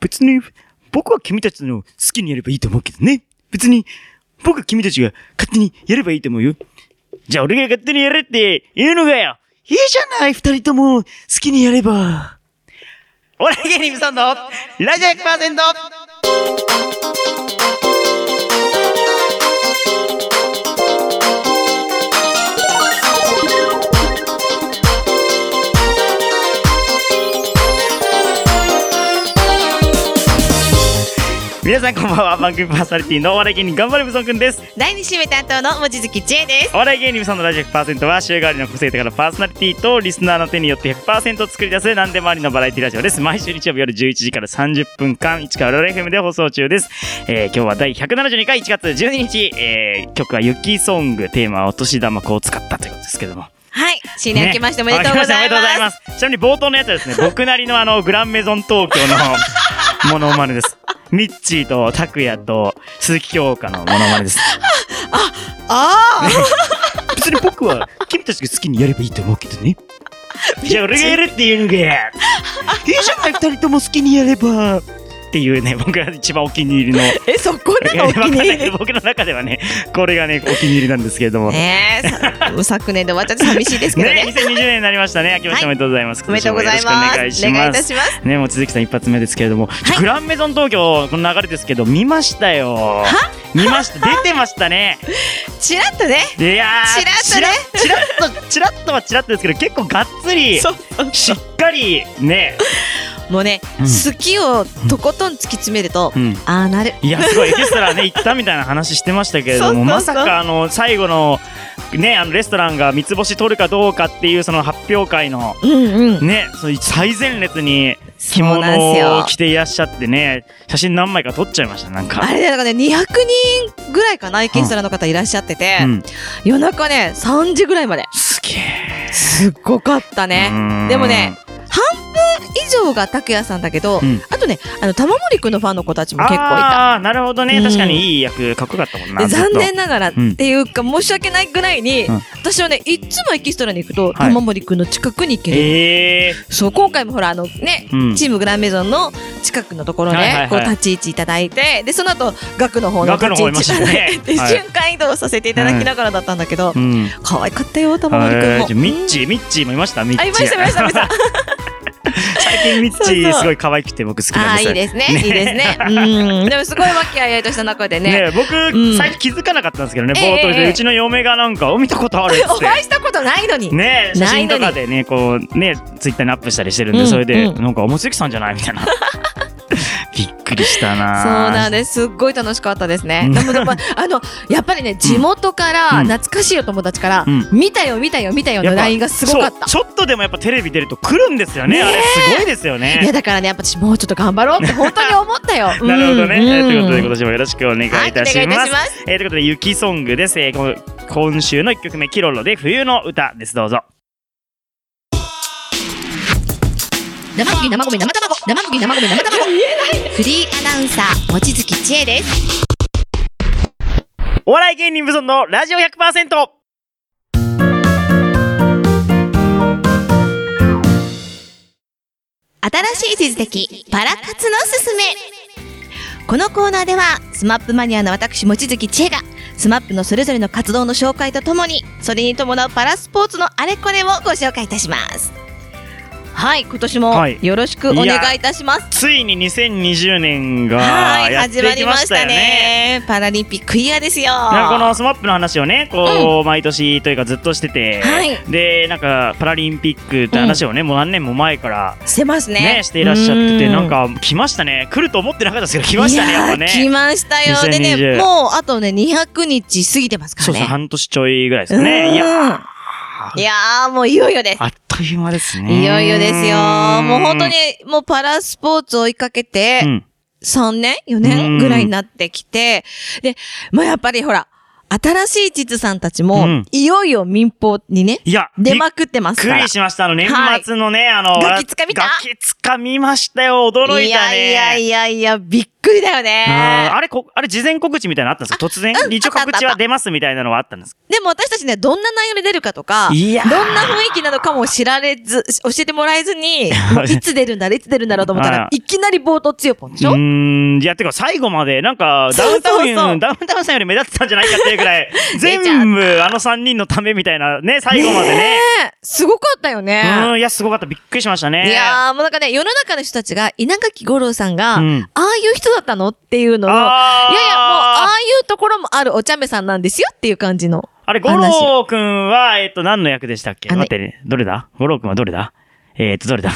別に、僕は君たちの好きにやればいいと思うけどね。別に、僕は君たちが勝手にやればいいと思うよ。じゃあ俺が勝手にやれって言うのがよ。いいじゃない、二人とも好きにやれば。オラ芸人無双のラジオ 100%! 皆さんこんばんは、番組パーソナリティのお笑い芸人頑張れ無双くんです。第二週目担当の望月千恵です。お笑い芸人さんのラジオ100%は週替わりの個性的なパーソナリティとリスナーの手によって100%作り出す何でもありのバラエティラジオです。毎週日曜日夜11時から30分間、市川ロレ FM で放送中です。えー今日は第172回1月12日、えー曲は雪ソング、テーマはお年玉子を使ったということですけども。はい、新年明けましておめでとうございます。ね明けしておめでとうございます。ちなみに冒頭のやつは ですね、僕なりのあの、グランメゾン東京のモノマネです。ミッチーと拓也と鈴木京香のモノマネです。あ別に僕は君たちが好きにやればいいと思うけどね。あ、 じゃあ俺がやるっていうのが、いいじゃない、二人とも好きにやれば。っていうね、僕が一番お気に入りの。え、そこ なのお気に入り。僕の中ではね、これがね、お気に入りなんですけれども。ねねえさ、昨年で終わっちゃって寂しいですけどね。 2020年になりましたね。明けましておめでとうございます。おめでとうござい今ま年す。もよろしくお願いしいまたす。します。ね、望月さん一発目ですけれども、ちょグランメゾン東京、この流れですけど、見ましたよ。見ました、出てましたね。ちらっとね。いやー、ちらっとねちらちらっと、ちらっとはちらっとですけど、結構がっつり、そうしっかり、ね、もうね、うん好きをとことん突き詰めると、うん。ああなる。いや、すごい、エキスト ラね、行ったみたいな話してましたけれども、そうそうそうまさか、あの、最後の、ね、あの、レストランが三つ星取るかどうかっていう、その発表会の、うんうん。ね、その最前列に着そうなんです物をよ着ていらっしゃってね、写真何枚か撮っちゃいました、なんか。あれだからね、200人ぐらいかな、エキストラの方いらっしゃってて、うん、夜中ね、3時ぐらいまで。すげえ。すっごかったね。ねでもね、以上が拓也さんだけど、うんあとねあの玉森くんのファンの子たちも結構いた。ああー、なるほどね。うん確かにいい役、かっこよかったもんな。でずっと残念ながらっうんていうか、申し訳ないぐらいに、うん私はねいっつもエキストラに行くと、はい玉森くんの近くに行ける、ええそう今回もほらあのね、うんチームグランメゾンの近くのところね、はいはいはいこう立ち位置いただいてでその後額の方の額立のち方位いました置いただいねて、はい瞬間移動させていただきながらだったんだけど、うん。可愛かったよ玉森くんえーもじゃあ。ミッチー、ミッチーもいましたミッチー。あいましたいましたいました 最近ミッチそうーそうすごい可愛くて僕好きなあんーでいすいよ。ですねいいですねうんでもすごい和気あいあいとした中でねね僕、ん最初気づかなかったんですけどね、ええ冒頭えで、えうちの嫁がなんか、お見たことあるっつ お会っいしたことないのに。て。ね写ない真のとにかでね、こう、ね、ツイッターにアップしたりしてるんで、うんそれで、うんなんか、おもつゆきさんじゃないみたい な。びっくりしたなそうなんでです。すっごい楽しかったですうねん。で もでもあのやっぱりね地元からうん懐かしいお友達からうん見たよ見たよ見たよのラインがすごかった。ちょっとでもやっぱテレビ出ると来るんですよね。ねえあれすごいですよいやね。だからねやっぱ私もうちょっと頑張ろうって本当に思ったよ。 なるほどね。うんえーということで今うん年もよろしくお願いいはいお願たいいしたましす。ます。えーということで雪ソングです。えーこ今週の一曲目キロロで冬の歌です。どうぞ。生麦生米生卵生麦生米生卵。 フリーアナウンサー望月千恵です。お笑い芸人無尊のラジオ100%。新しい地図的パラ活のすすめ。このコーナーではスマップマニアの私望月千恵がスマップのそれぞれの活動の紹介とともにそれに伴うパラスポーツのあれこれをご紹介いたしますはい今年もはいよろしくお願いいたしますついに2020年はがいやって始まいきりままししたたよね。ねパラリンピックイヤーですよなんかこのスマップの話をね、こう、毎年というかずっとしてて、はいで、なんかパラリンピックって話をね、もう何年も前からしてますねねしていらっしゃっててうなんか来ましたね来ると思ってなかったですけど来ましたねいややっーぱね来ましたよで2020ねもうあとね200日過ぎてますかそらうそねう半年ちょいぐらいですかねいややいやーもういよいよですあっという間ですねいよいよですよ。もう本当に、もうパラスポーツを追いかけうて、ん3年 ?4 うん年ぐらいになってきて、で、まあやっぱりほら、新しい地図さんたちうも、んいよいよ民放にね、いや出びっまくってますくからり。しましたあの年末のね、あのガキつかみたガキつかみましたよ驚いたねいやいやいやいや、びっくりだよねあー。あれこ、あれ事前告知みたいなのあったんですか突然、うん一応あったあった告知は出ますみたいなのはあったんですかでも私たちね、どんな内容で出るかとか、いやーどんな雰囲気なのかも知られず、教えてもらえず に、もういつ出るんだろう、いつ出るんだろうと思ったあらら、いきなり冒頭強ポンでしうょーん、いや、てか最後まで、なんか、ダウンタウン、そうそうそうダウンタウンさんより目立ってたんじゃないかっていうぐ らい、ちゃった全部あの3人のためみたいなね、最後までね。えすごかったよね。うん、いや、すごかった。びっくりしましたね。いやー、もうなんかね、世の中の人たちが、稲垣吾郎さんが、うんああいう人だったのっていうのを、いやいや、もう、あーああいうところもあるお茶目さんなんですよっていう感じの。あれ、五郎くんは、えっと、何の役でしたっけあの待ってね。どれだ五郎くんはどれだえっと、どれだ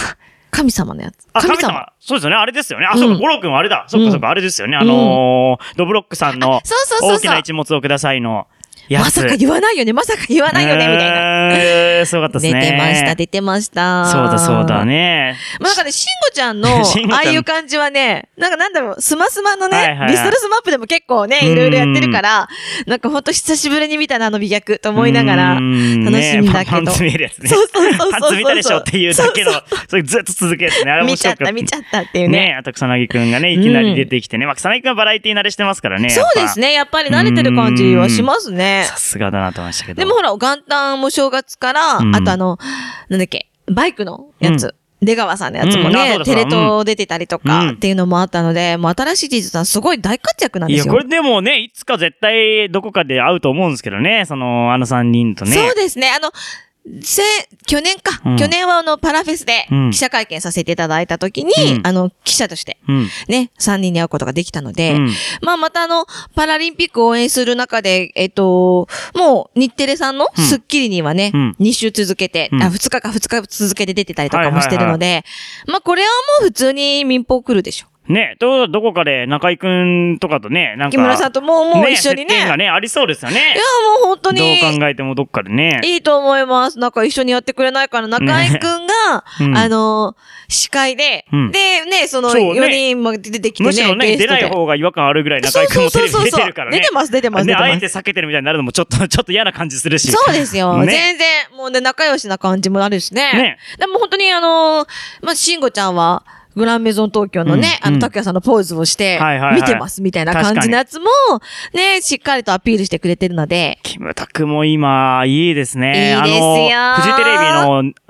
神様のやつ。あ、神様。そうですよね。あれですよね。あ、そううか、ん五郎くんはあれだ。そううんか、そうか、あれですよね。あのー、ドブロックさんのあ、そうそうそうそう大きな一物をくださいのやまつ。さか言わないよね、まさか言わないよね、みたいな。な。えー、すごかったで出すね。てました、出てました。そうだ、そうだ。ね。まあなんかね、しんごちゃ んの、慎吾ちゃんああいう感じはね、なんかなんだろう、スマスマのね、はいはいはいリストルスマップでも結構ね、いろいろやってるから、なんかほんと久しぶりに見たな、あの美脚と思いながら、うー楽んしみだけねパンど。パンツ見えるやつね。そうそうそうそうそうパンツ見たでしょっていうだけの、それずっと続けるやつね。あれ面見ちゃ白っ、かったた。見ちゃったっていうね。ねあと草薙くんがね、いきなり出てきてね。まあ草薙くんはバラエティ慣れしてますからね。そうですね。ね、やっぱり慣れてる感じはしますね。さすがだなと思いましたけど。でもほら、元旦も正月から、うんあとあの、なんだっけ、バイクのやつ。う出川さんのやつもうんあそね、うだそうテだレ東出てたりとかうんっていうのもあったので、もう新しい事実さんすごい大活躍なんいでや、すよ。これでもね、いつか絶対どこかで会うと思うんですけどね。その、あの3人とね。そうですね。あの、せ、去年か。うん去年はあの、パラフェスでうん記者会見させていただいたときに、うんあの、記者として、うん。ね、3人に会うことができたので、うんまあ、またあの、パラリンピックを応援する中で、えっと、もう、日テレさんのうんスッキリにはね、うん2週続けて、うんあ、2日か2日続けて出てたりとかはいはもいはしいてるので、まあ、これはもう普通に民放来るでしょ。ねということはどこかで中井くんとかとね、なんか。木村さんともう、もう一緒に接ね。点がね、ありそうですよねいや。、もう本当に。どう考えてもどっかでね。いいと思います。なんか一緒にやってくれないから、中井くんが、うんあの、司会で、うんで、ね、そのそうね4人も出てきてね、むしろね、ゲス出トなでい方が違和感あるぐらい中そう居くんそうもテそうレビそう出そうてるからね。出てます、出てます、出ね、てあえまてす。避けてるみたいになるのもちょっと、ちょっと嫌な感じするし。そうですよ、ね全然、もうね、仲良しな感じもあるしね。ねでも本当にあのーまあ、慎吾ちゃんは、グランメゾン東京のね、うんあうの、ん拓也さんのポーズをしてはいはいは、い見てますみたいな感じのやつも、ね、しっかりとアピールしてくれてるので、キムタクも今、いいですね。いいですよあの、フジテレビ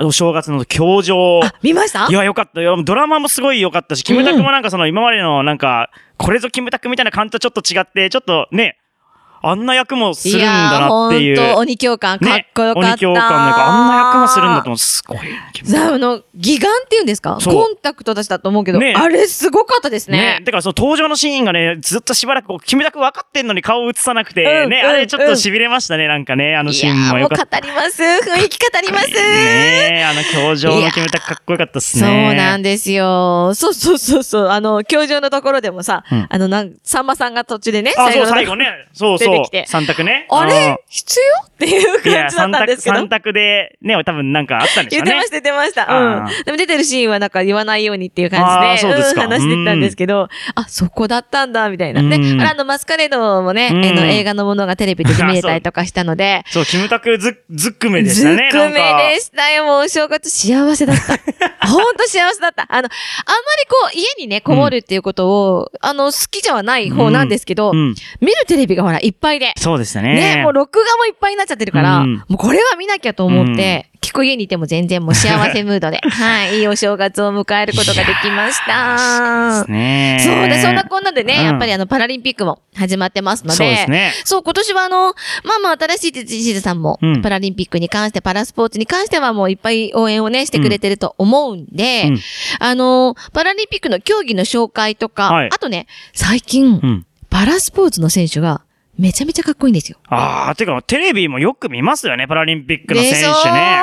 のお正月の教場。あ、見ましたいや、よかったよ。ドラマもすごいよかったし、キムタクうもなんかその今までのなんか、これぞキムタクみたいな感じとちょっと違って、ちょっとね、あんな役もするんだなっていう。やーほんと、鬼教官、かっねこよかった。鬼教官なんかあんな役もするんだと思う。すごいなキムタクさあ、あの、義眼って言うんですかそうコンタクトだしだと思うけど、ねあれすごかったですねね。だからその登場のシーンがね、ずっとしばらくこう、キムタク分かってんのに顔を映さなくて、うんね、うんあれちょっと痺れましたね、なんかね、あのいシやーンーももよう語かった。ります。雰囲気語ります。 ねえ、あの表情のキムタクかっこよかったっすそうね。なんですよ。そうそうそうそう。あの、教場のところでもさ、うんあの、なん、さんまさんが途中でね、あ、そう、の最後ね。そう出そてうきて。三択ね。あうんれ必要っていういや、感じだっ三たんで択、すけど三。択で、ね、多分なんかあったんでし言ょうっね。てました、言ってました。あうん。でも出てるシーンはなんか言わないようにっていう感じで、あーそうですかん、話してたんですけど、あ、そこだったんだ、みたいな。ねう。んあれあの、マスカレードもね、あうんの映画のものがテレビで見れたりとかしたので、そう、キムタクず、ずっくめでしずたっね。くめでしたよ、もうお正月幸せ だった。ほんと幸せだった。あの、あんまりこう、家にね、こもるっていうことを、あの、好きじゃない方なんですけど、なんかうん。見るテレビがほら、いっぱいで。そうでしたね。ね、もう録画もいっぱいになっちゃってるから、うんもうこれは見なきゃと思って、結構家にいても全然もう幸せムード で、はい、いいお正月を迎えることができましでたす。ね。そうで、そんなこんなでね、うんやっぱりあの、パラリンピックも始まってますので、そうですね。そう、今年はあの、まあまあ、新しい事実さんも、うんパラリンピックに関して、パラスポーツに関してはもういっぱい応援をね、してくれてると思うんで、うんあの、パラリンピックの競技の紹介とか、はいあとね、最近、うん。パラスポーツの選手が、めちゃめちゃかっこいいんですよ。あー、てか、テレビもよく見ますよね、パラリンピックの選でしょ手ね。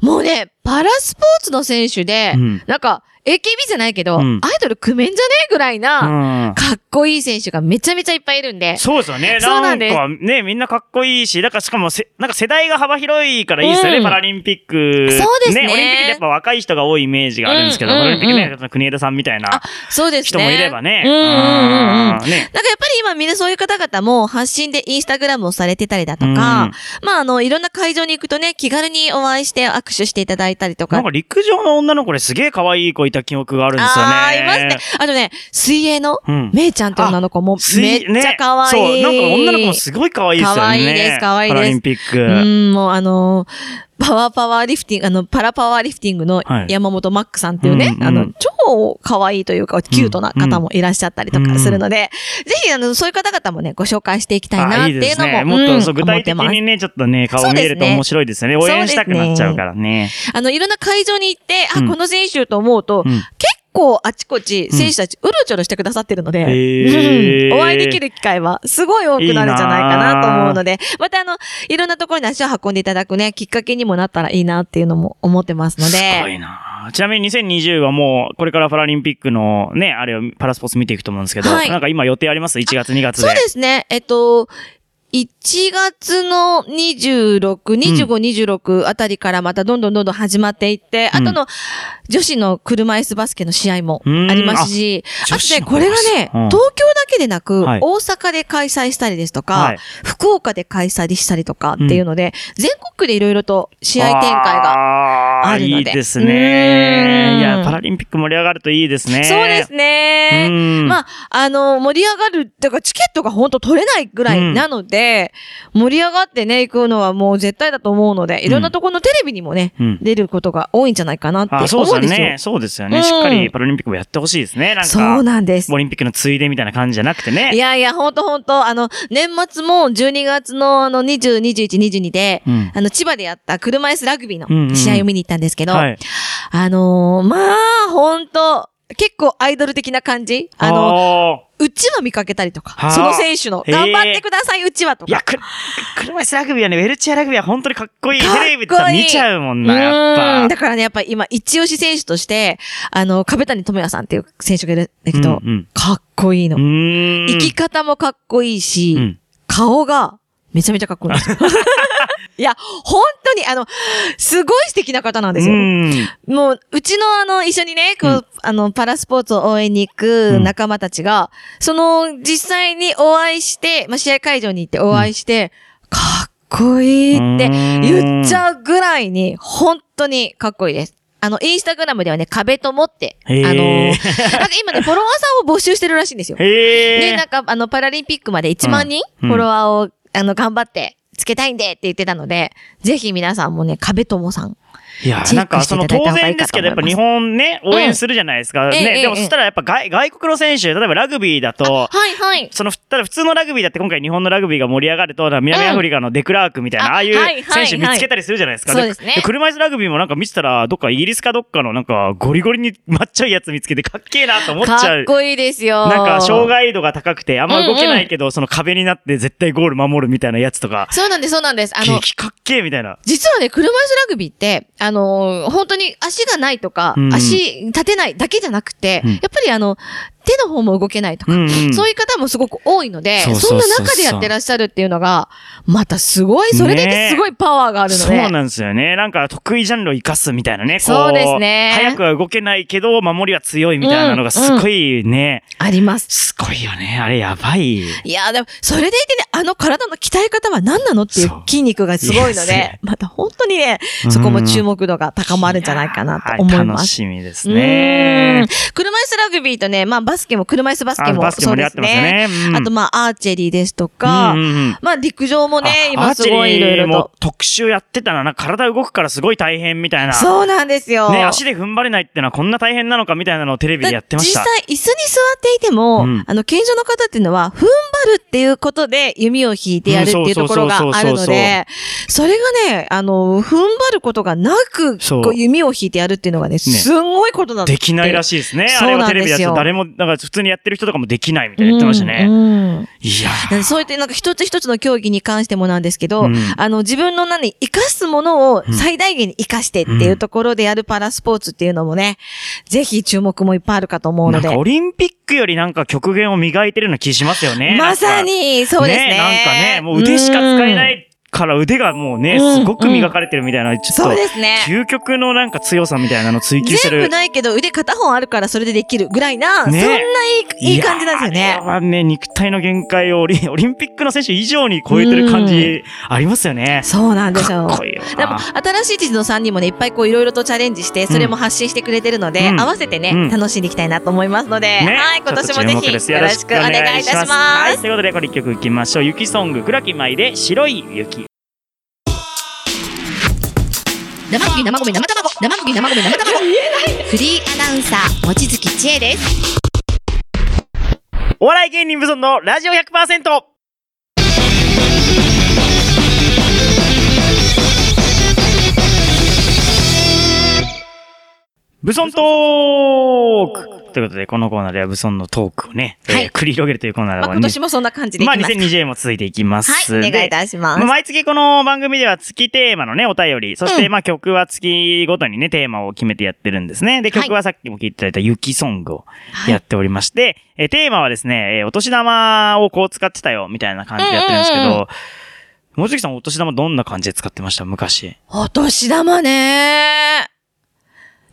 もうね、パラスポーツの選手で、うんなんか、AKB じゃないけど、うんアイドル組めんじゃねえぐらいな、うん。かっこいい選手がめちゃめちゃいっぱいいるんで。そうですよね。そうなんですかね、みんなかっこいいし、だからしかもせ、なんか世代が幅広いからいいですよね、うんパラリンピック。そうですねオリンピックってやっぱ若い人が多いイメージがあるんですけど、うんうんパうんラリンピックね、その国枝さんみたいなそうです人ね。もいればね。うんうんうんうんあ。ーね。なんかやっぱり今みんなそういう方々も発信でインスタグラムをされてたりだとか、うんまああの、いろんな会場に行くとね、気軽にお会いして握手していただいたりとなかんか。陸上の女の子で、すげえ可愛い子いいた記憶があるんですよね。あー、いますね。あとね、水泳のうん。めいちゃんって女の子もめっちゃ可愛ねい、そう、なんか女の子もすごい可愛いですよね。可愛いです可愛いでパすラリンピッうク。ん、もうあのーパワーパワーリフティング、あの、パラパワーリフティングのはい山本マックさんっていうね、うんうんあの、超可愛いというか、キュートな方もいらっしゃったりとかするので、ぜひ、あの、そういう方々もね、ご紹介していきたいなあっーていいでいうすのも、ね。もっとそうう具ん思っ体て的ます。にね、ちょっとね、顔見えると面白いですね。応援したくなっちゃうからね。あの、いろんな会場に行って、あ、うんこの選手と思うと、うん結構あちこち選手たちうろちょろしてくださってるので、へーうんお会いできる機会はすごい多くなるんじゃないかなと思う ので、またあの、いろんなところに足を運んでいただくね、きっかけにもなったらいいなっていうのも思ってますのすごで、いなちなみに2020はもう、これからパラリンピックのね、あれをパラスポーツ見ていくと思うんですけど、はいなんか今予定あります ?1 月2月で。そうですね、えっと、1月の26、25、26あたりからまたどんどんどんどん始まっていって、うんあとの女子の車椅子バスケの試合もうんありますし、あ女と子ね、のこれがね、うん東京だけでなく、はい大阪で開催したりですとか、はい福岡で開催したりとかっていうので、全国区でいろいろと試合展開が。があるのでいいですうね。んいや、パラリンピック盛り上がるといいですね。そうですね。うんまあ、あの、盛り上がる、だからチケットが本当取れないぐらいなので、盛り上がってね、行くのはもう絶対だと思うので、いろんなところのテレビにもね、うん出ることが多いんじゃないかなってあ、そう思うんでですすよね。よ。そうですようね。んしっかりパラリンピックもやってほしいですね。なんそうか、なんです。オリンピックのついでみたいな感じじゃなくていね。やいや、ほんとほんと、あの、年末も12月のあの20、21、22で、うんあの、千葉でやった車椅子ラグビーうんうんうのん試合を見に行ったんですけど、はい。あのーまあ、ほんと、結構アイドル的な感じあの、の、うちわ見かけたりとかは、あその選手の、へえ頑張ってください、うちわといか。や、く、車椅子ラグビーはね、ウェルチェアラグビーは本当にかっこいい。かっこいいテレビとか見ちゃうもんな、うやんっぱだ。からね、やっぱ今、一押し選手として、あの、壁谷智也さんっていう選手がいるんだけど、うんうんかっこいいの。うーん。生き方もかっこいいし、うん顔がめちゃめちゃかっこいいんで すよ。いや、本当に、あの、すごい素敵な方なんですよ。うん。もう、うちのあの、一緒にね、こう、うんあの、パラスポーツを応援に行く仲間たちが、その、実際にお会いして、まあ、試合会場に行ってお会いして、かっこいいって言っちゃうぐらいに、本当にかっこいいです。あの、インスタグラムではね、壁ともって、あへーの、なんか 今ね、フォロワーさんを募集してるらしいんですよ。へで、え。なんか、あの、パラリンピックまで1万人、うんフォロワーを、あの、頑張って、つけたいんでって言ってたので、ぜひ皆さんもね、壁友さん。いやチ、ェなッんクかしてそいただのいた当方がいい然でかすとけ思ど、いやっますぱ日本ね、応援するじゃないですか。ええええね、でもそしたらやっぱ外外国の選手、例えばラグビーだと、はいはい。その、ただ普通のラグビーだって今回日本のラグビーが盛り上がると、南アフリカのデクラークみたいな、うんああいうあはいはい選手見つけたりするじゃないですか。はいそうですね車椅子ラグビーもなんか見てたら、どっかイギリスかどっかのなんかゴリゴリにまっちゃいやつ見つけてかっけえなと思っちかゃっう。こいいですよ。なんか、障害度が高くて、あんま動けないけど、その壁になって絶対ゴール守るみたいなやつとか、そうなんです、そうなんです。あの、激かっけえみたいな。実はね、車椅子ラグビーって、あのー本当に足がないとか、うんうん足立てないだけじゃなくて、うんやっぱりあの、手の方も動けないとか、うんうんそういう方もすごく多いので、そうそそんうそうそうな中でやってらっしゃるっていうのが、またすごい、それだけすごいパワーがあるのそうで。なんですよね。なんか得意ジャンルを生かすみたいなね。こそうですね早くは動けないけど、守りは強いみたいなのがすごいね。あります。すごいよね。あれやばい。いやーでも、それでいてね、あの体の鍛え方は何なのっていうそう筋肉がすごいのいやで、また本当にね、うんそこも注目度が高まるんじゃないかなと思いやーま楽す。しみですうねん。車椅子ラグビーとね、まあバスケも、車椅子バスケあもバスケそ盛うり上がっですてますね。よね。うんあと、まあ、アーチェリーですとか、うんうんうんまあ、陸上もね、あ今すごいいろいアーチェリーろもと。特集やってたら、なんか体動くからすごい大変みたいな。そうなんですよ。ね、足で踏ん張れないってのはこんな大変なのかみたいなのをテレビでやってましただ。実際、椅子に座っていても、うんあの、健常の方っていうのは、踏ん張るっていうことで弓を引いてやるっていうところがあるうんそのうそうそうそうで、それがね、あの、踏ん張ることがなく、そうこう弓を引いてやるっていうのがね、すんごいことだってできないらしいですね。あそうれなはんテでレすよビだと誰も、なんか普通にやってる人とかもできないみたいな言ってましたうね。んうんいやなんでそういったなんか一つ一つの競技に関してもなんですけど、うんあの自分の何、生かすものをん最大限に生かしてっていうところでやるパラスポーツっていうのもね、ぜひ注目もいっぱいあるかと思うなのんでか。オリンピックよりなんか極限を磨いてるような気しますよね。まさに、そうですね。なんかね、もう腕しか使えないから腕がもうね、うんすごく磨かれてるみたいな、ちょそっと、うですね。究極のなんか強さみたいなの追求して全部る。ないけど腕片方あるからそれでできるぐらいな、ねそんないいいい感じなんですよやーあねれ。はね、肉体の限界をオリオ リンピックの選手以上に超えてる感じありますよね。そうなんですよかっ。こいいよでもな。新しい地図の3人もねいっぱいこういろいろとチャレンジしてそれも発信してくれてるので、うん合わせてね、うん楽しんでいきたいなと思いますので、ねはい今年もちょっと注目ぜですひよろしくお願いいたします。はい、ということで、これ一曲いきましょう。雪ソング、倉木舞で白い雪。生麦生米生卵生麦生米生卵フリーアナウンサー望月千恵ですお笑い芸人ブソンのラジオ 100%! ブソントークということで、このコーナーではブソンのトークをね、はえいー繰り広げるというコーナーまなあの今で、年もそんな感じでいきまあますか、 2020年も続いていきます。はいお願いでいたしまますあ毎月この番組では月テーマのね、お便り、そしてまあ曲は月ごとにね、テーマを決めてやってるんですね。で、はい曲はさっきも聞いていただいた雪ソングをはいやっておりまして、えーテーマはですね、えーお年玉をこう使ってたよ、みたいな感じでやってるんですけど、うんうんもちきさんお年玉どんな感じで使ってました昔。お年玉ね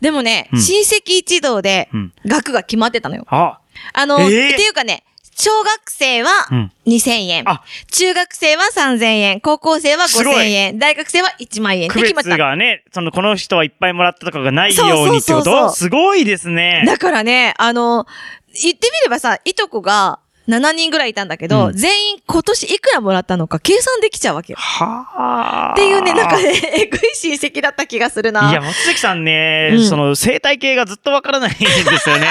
でもね、うん親戚一同でうん額が決まってたのよあ、あの、えーっていうかね小学生はうん2000円、あ中学生は3000円、高校生はす5000ごい円、大学生は1万円で区決別まった。がね、その、この人はいっぱいもらったとかがないよそうそうそううにってことそうすごいですね。だからね、あの、言ってみればさ、いとこが7人ぐらいいたんだけど、うん全員今年いくらもらったのか計算できちゃうわけよ。はあ。っていうね、なんかね、えぐい親戚だった気がするな。いや、松崎さんね、うんその生態系がずっとわからないんです よね。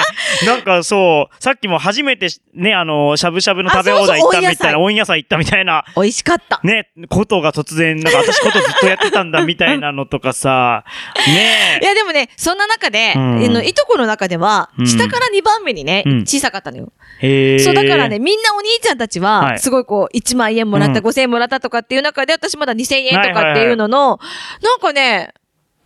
なんかそう、さっきも初めてね、あの、しゃぶしゃぶの食べ放題行あっそうそうたみたいな、温野菜行ったみたいな、美味しかった。ね、ことが突然、なんか私ことずっとやってたんだみたいなのとか さ、ねいや、でもね、そんな中で、うんあのいとこの中ではう、ん下から2番目にね、うん小さかったのよ。え。へーそう、だからね、、みんなお兄ちゃんたちはは、いすごいこう、1万円もらった、うん5000円もらったとかっていう中で、私まだ2000円とはいはいはかいっていうのの、なんかね、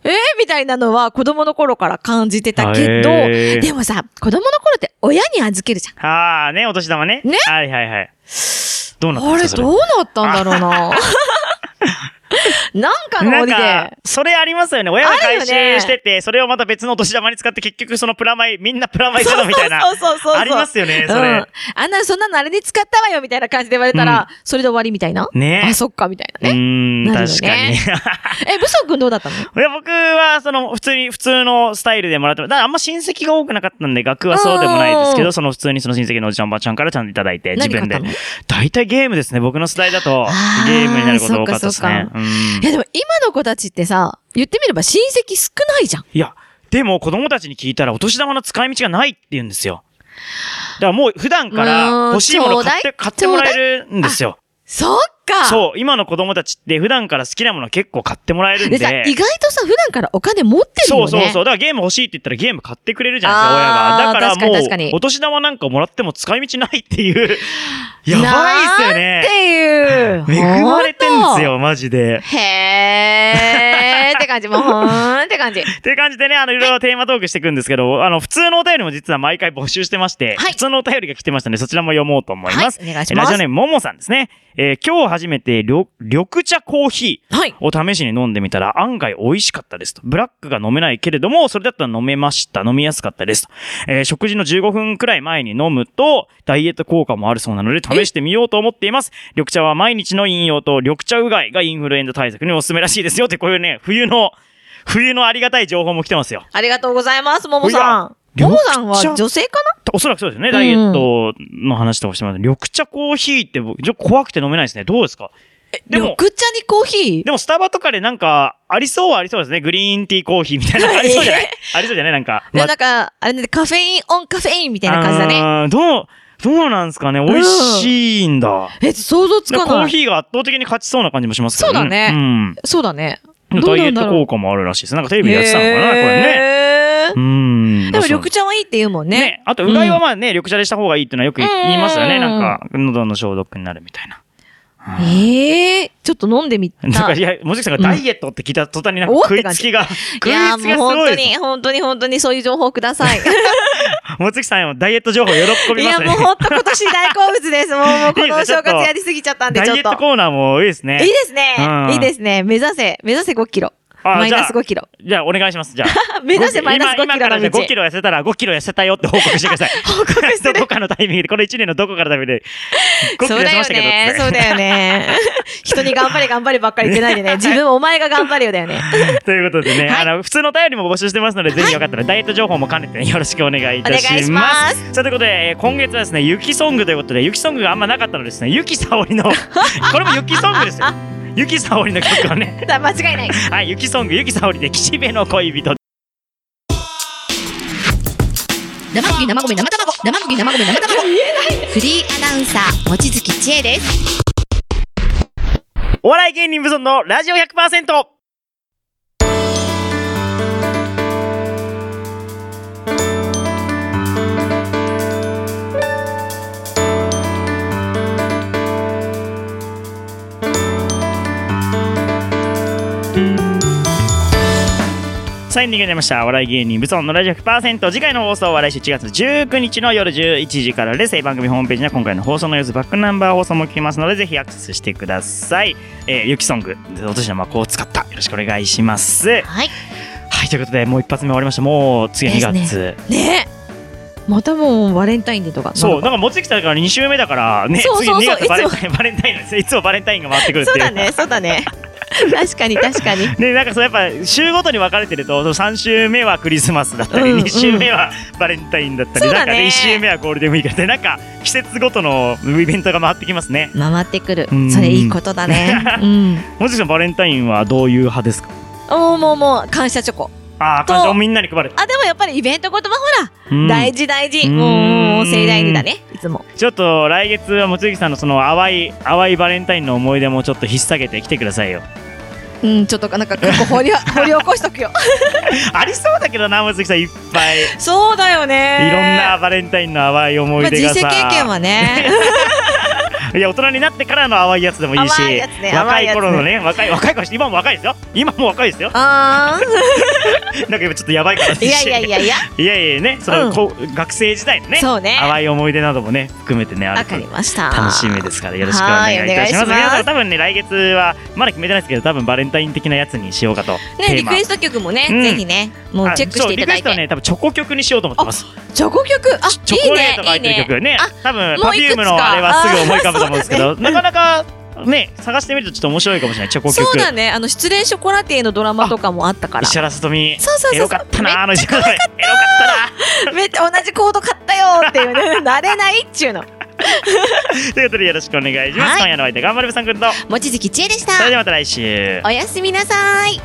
えー、みたいなのは子供の頃から感じてたけど、へーでもさ、子供の頃って親に預けるじゃん。ああ、ね、お年玉ね。ねはいはいはい。どうなったんあでれ、すかそどうなったんだろうな。 なんかのな折んかで。、それありますよね。親が回収あるよねしてて、それをまた別のお年玉に使って結局そのプラマイ、みんなプラマイだろみたいな。そうそうそうそうそう。ありますよね、それ。うん。あんな、そんなのあれに使ったわよみたいな感じで言われたら、それで終わりみたいな。ねあ、そっか、みたいうなね。ーん、なるよ確かに。 ねえ、武装君どうだったのいや、僕は、その、普通に、普通のスタイルでもらっても、だからあんま親戚が多くなかったんで、額はそうでもないですけうど、その普通にその親戚のおじちゃんおばあちゃんからちゃんといただいて、自何買分ったでの。大体ゲームですね、僕の世代だとあ、ーゲームになること多かったですねそっかそうっ。んいやでも今の子たちってさ、言ってみれば親戚少ないじゃん。いや、でも子供たちに聞いたら、お年玉の使い道がないって言うんですよ。だからもう普段からうーん欲しいものを買っちょうだて、い買ってもらえるんですよ。そっかうそう、今の子供たちって普段から好きなもの結構買ってもらえるんで。でさ、意外とさ、普段からお金持ってるよそね。うそうそう。だからゲーム欲しいって言ったらゲーム買ってくれるじゃないですか、親が。あーだから確かもうに確かに、お年玉なんかもらっても使い道ないっていう。やばいっなすよんね。ていう。恵まれてんですよ、マジで。ほんと。へーって感じ。もうほーんっ て感じ。っていう感じでね、あの、いろいろテーマトークしていくんですけど、あの、普通のお便りも実は毎回募集してまして、はい普通のお便りが来てましたので、そちらも読もうと思いはいま、す。お願いしまラジすオ。ネーム、ももさんですね。えー今日初めて緑、緑茶コーヒー。はい。を試しに飲んでみたら案外美味しかったですと。ブラックが飲めないけれども、それだったら飲めました。飲みやすかったですと。えー食事の15分くらい前に飲むと、ダイエット効果もあるそうなので試してみようと思っています。緑茶は毎日の飲用と緑茶うがいがインフルエンザ対策におすすめらしいですよって、こういうね、冬の、冬のありがたい情報も来てますよ。ありがとうございます、ももさん。いやももさんは緑茶女性かおそらくそうですよね。んダイエットの話とかしてます。緑茶コーヒーって僕、ちょ怖くて飲めないですね。どうですかでなも緑茶にコーヒーでもスタバとかでなんか、ありそうはありそうですね。グリーンティーコーヒーみたいな。ありそうじゃないありそうじゃないなんか。でもまなんか、あれね、カフェインオンカフェインみたいな感じだね。あーどう、どうなんですかね美味しいんだ。え、想像つでかコーない。ヒーが圧倒的に勝ちそうな感じもしますけどそうだねうん。そうだね。どダうイエなんッだトろう効。果もあるらしいです。なんかテレテビでやってたのかなこれね。うん。でもそう緑茶はいいって言うもんね。ね。あと、う がいはまあね、緑茶でした方がいいってのはよく言いますよね。なんか、喉の消毒になるみたいな。ええちょっと飲んでみた。なんか、いや、もじきさんがダイエットって聞いた途端になんかうんおっ食いつきが、い食いやーつもきがすうご本当いです。に、本当に本当にそういう情報をくださ い。もじきさんはダイエット情報喜いびまや、すねもう。本当今年大好物です。 もう、もうこいいのですね正月やりすぎちゃったんで、ダちょイエっットと。コーナーもいいですね。いいですねう。んいいですね。目指せ、目指せ5キロ。あマイナじスゃあ5キロ。じゃあ、お願いします。じゃあ。 目指せマイナス今5キロの今からじゃ道あ5。キロ痩せたら5キロ痩せたよって報告してください。 報告すどる。こかのタイミングで、この1年のどこからタイミングで5キロ そう痩だせよましたけどね。そうって。だよね。人に頑張れ頑張ればっかり言ってないでね。自分お前が頑張れよだよね。 ということでね、はいあの、普通のお便りも募集してますので、ぜひよかったらダイエット情報も兼ねてねよろしくお願いいたしお願いしま。ますさあ、ということで、えー今月はですね、雪ソングということで、雪ソングがあんまなかったのでですね、雪沙織の、 これも雪ソングですよ。雪沙織の曲をね、だ間違いない。はい、雪ソング、雪沙織で岸辺の恋人生麦生米生卵生麦生米生卵フリーアナウンサー、望月千恵です。お笑い芸人無存のラジオ 100%! さあエンディングになりました。お笑い芸人無存のラジオ100%。次回の放送は来週1月19日の夜11時からです。えー番組ホームページには今回の放送の様子、バックナンバー放送も聞けますので、ぜひアクセスしてください。えー、ゆきソング、お年玉こを使った。よろしくお願いします。ははい。い、ということで、もう一発目終わりました。もう次は2で月。すねまたもうバレンタインデーとか。そう、ななんんか持ってきたから2週目だから、ね、そうそうそう次2月バレンいつタイン、バレンタインなんですよいつもバレンタインが回ってくるかっていそうう。だね、そうだね。確かに確かに。でなんかそうやっぱ週ごとに分かれてるとその3週目はクリスマスだったり、うんうん2週目はバレンタインだったり、そうなんだねかね1週目はゴールデンウィークだったりなんか季節ごとのイベントが回ってきますね回ってくるうん。それいいこと だね。うん。もちろんバレンタインはどういう派ですかもうもうもう感謝チョコ。ああと感謝をみんなに配る、あでもやっぱりイベント言葉ほら、うん大事大事。うんもう盛大にだね。いつも。ちょっと来月は望月さんのその淡い淡いバレンタインの思い出もちょっと引っ提げてきてくださいようんちょっとなんかここ 掘り掘り起こしとくよ。ありそうだけどな望月さんいっぱ いいそうだよね。ろんなバレンタインの淡い思まいあ出人がさ、生経験はね。 いや大人になってからの淡いやつでもいいし淡いやつね若淡いいやつね頃のね若い若い頃今も若いですよ今も若いですよあなんか今ちょっとやばいからあいやいやいやいや。いやいやねその、こう学生時代のねそうね。淡い思い出などもね含めてねあわるとかりました。楽しみですからよろしくお願いいたしますはいお願いします皆さん多分ね来月はまだ決めてないですけど多分バレンタイン的なやつにしようかとねテーリマクエスト曲もねうんぜひねもうチェックしていただあそうリクエいストはて。ね多分チョコ曲にしようと思ってますチョコ曲あチョいいコレーねトがい入いってる曲ね。ね多分もパうフいュくーつかムのあれはすぐ思い浮かぶと思うんですけど、なかなかね探してみるとちょっと面白いかもしれないチョコ曲そうだねあの失恋ショコラティエのドラマとかもあったから。石そう原さとみそうエそうロそかったう。なあの石原さとみ エロかっめめっちゃ同じコード買ったよっていう ね慣れないっちゅうの。たなということでよろしくお願いします、は今い夜のお相手頑張れぶさんくんと望月千恵でしそれではた。また来週おやすみなさい。